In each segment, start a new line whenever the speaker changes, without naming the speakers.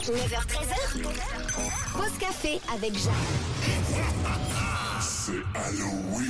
9h13h, pause café avec Jacques.
C'est Halloween.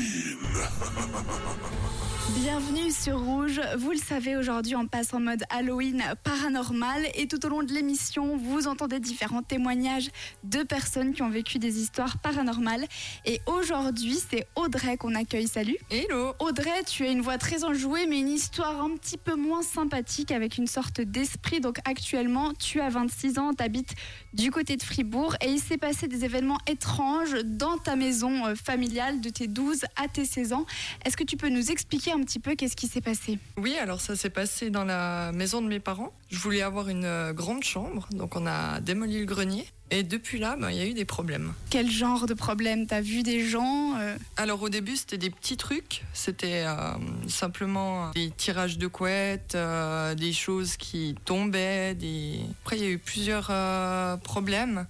Bienvenue sur Rouge. Vous le savez, aujourd'hui, on passe en mode Halloween paranormal. Et tout au long de l'émission, vous entendez différents témoignages de personnes qui ont vécu des histoires paranormales. Et aujourd'hui, c'est Audrey qu'on accueille. Salut.
Hello
Audrey, tu as une voix très enjouée, mais une histoire un petit peu moins sympathique avec une sorte d'esprit. Donc actuellement, tu as 26 ans, tu habites du côté de Fribourg et il s'est passé des événements étranges dans ta maison euh, familiale de tes 12 à tes 16 ans. Est-ce que tu peux nous expliquer un petit peu qu'est-ce qui s'est passé
Oui, alors ça s'est passé dans la maison de mes parents. Je voulais avoir une euh, grande chambre, donc on a démoli le grenier. Et depuis là, ben, il y a eu des problèmes.
Quel genre de problème T'as vu des gens euh,
Alors au début, c'était des petits trucs. C'était euh, simplement des tirages de couettes, euh, des choses qui tombaient. Des... Après, il y a eu plusieurs euh, problèmes,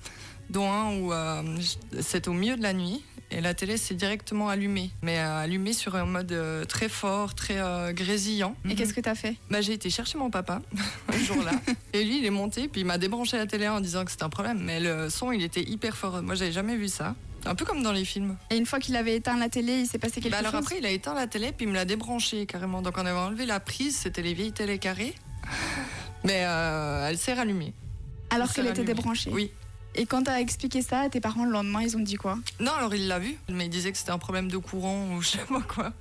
dont un où euh, c'est c'était au milieu de la nuit. Et la télé s'est directement allumée, mais euh, allumée sur un mode euh, très fort, très euh, grésillant.
Et qu'est-ce que t'as fait
Bah, j'ai été chercher mon papa un jour-là. et lui, il est monté, puis il m'a débranché la télé en disant que c'était un problème. Mais le son, il était hyper fort. Moi, j'avais jamais vu ça. Un peu comme dans les films.
Et une fois qu'il avait éteint la télé, il s'est passé quelque
Bah, alors
chose
après, il a éteint la télé, puis il me l'a débranché carrément. Donc on avait enlevé la prise, c'était les vieilles télé carrées. Mais euh, elle s'est rallumée.
Alors
Elle
qu'elle
s'est
était
rallumée.
débranchée.
Oui.
Et quand t'as expliqué ça à tes parents le lendemain, ils ont dit quoi
Non, alors il l'a vu, mais il disait que c'était un problème de courant ou je sais pas quoi.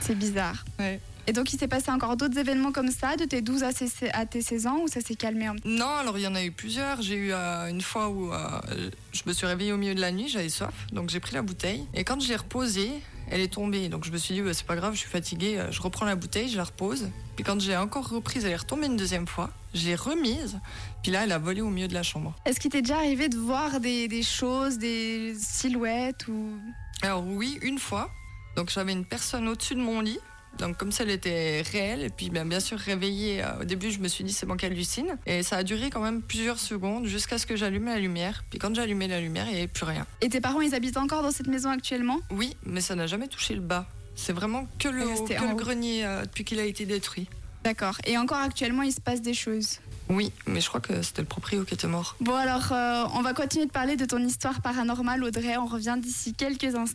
C'est bizarre.
Ouais.
Et donc il s'est passé encore d'autres événements comme ça, de tes 12 à, ses- à tes 16 ans, où ça s'est calmé un petit
Non, alors il y en a eu plusieurs. J'ai eu euh, une fois où euh, je me suis réveillée au milieu de la nuit, j'avais soif, donc j'ai pris la bouteille. Et quand je l'ai reposée, elle est tombée. Donc je me suis dit, Bah, c'est pas grave, je suis fatiguée, euh, je reprends la bouteille, je la repose. Puis quand j'ai encore reprise, elle est retombée une deuxième fois. Je l'ai remise, puis là, elle a volé au milieu de la chambre.
Est-ce qu'il t'est déjà arrivé de voir des, des choses, des silhouettes ou...
Alors oui, une fois. Donc j'avais une personne au-dessus de mon lit. Donc comme ça, elle était réelle, et puis ben, bien sûr réveillée, euh, au début je me suis dit c'est bon qu'elle hallucine. Et ça a duré quand même plusieurs secondes jusqu'à ce que j'allume la lumière. Puis quand j'allumais la lumière, il n'y avait plus rien.
Et tes parents, ils habitent encore dans cette maison actuellement
Oui, mais ça n'a jamais touché le bas. C'est vraiment que le, haut,
Resté
que
en
le
haut.
grenier euh, depuis qu'il a été détruit.
D'accord. Et encore actuellement, il se passe des choses.
Oui, mais je crois que c'était le proprio qui était mort.
Bon alors, euh, on va continuer de parler de ton histoire paranormale, Audrey. On revient d'ici quelques instants.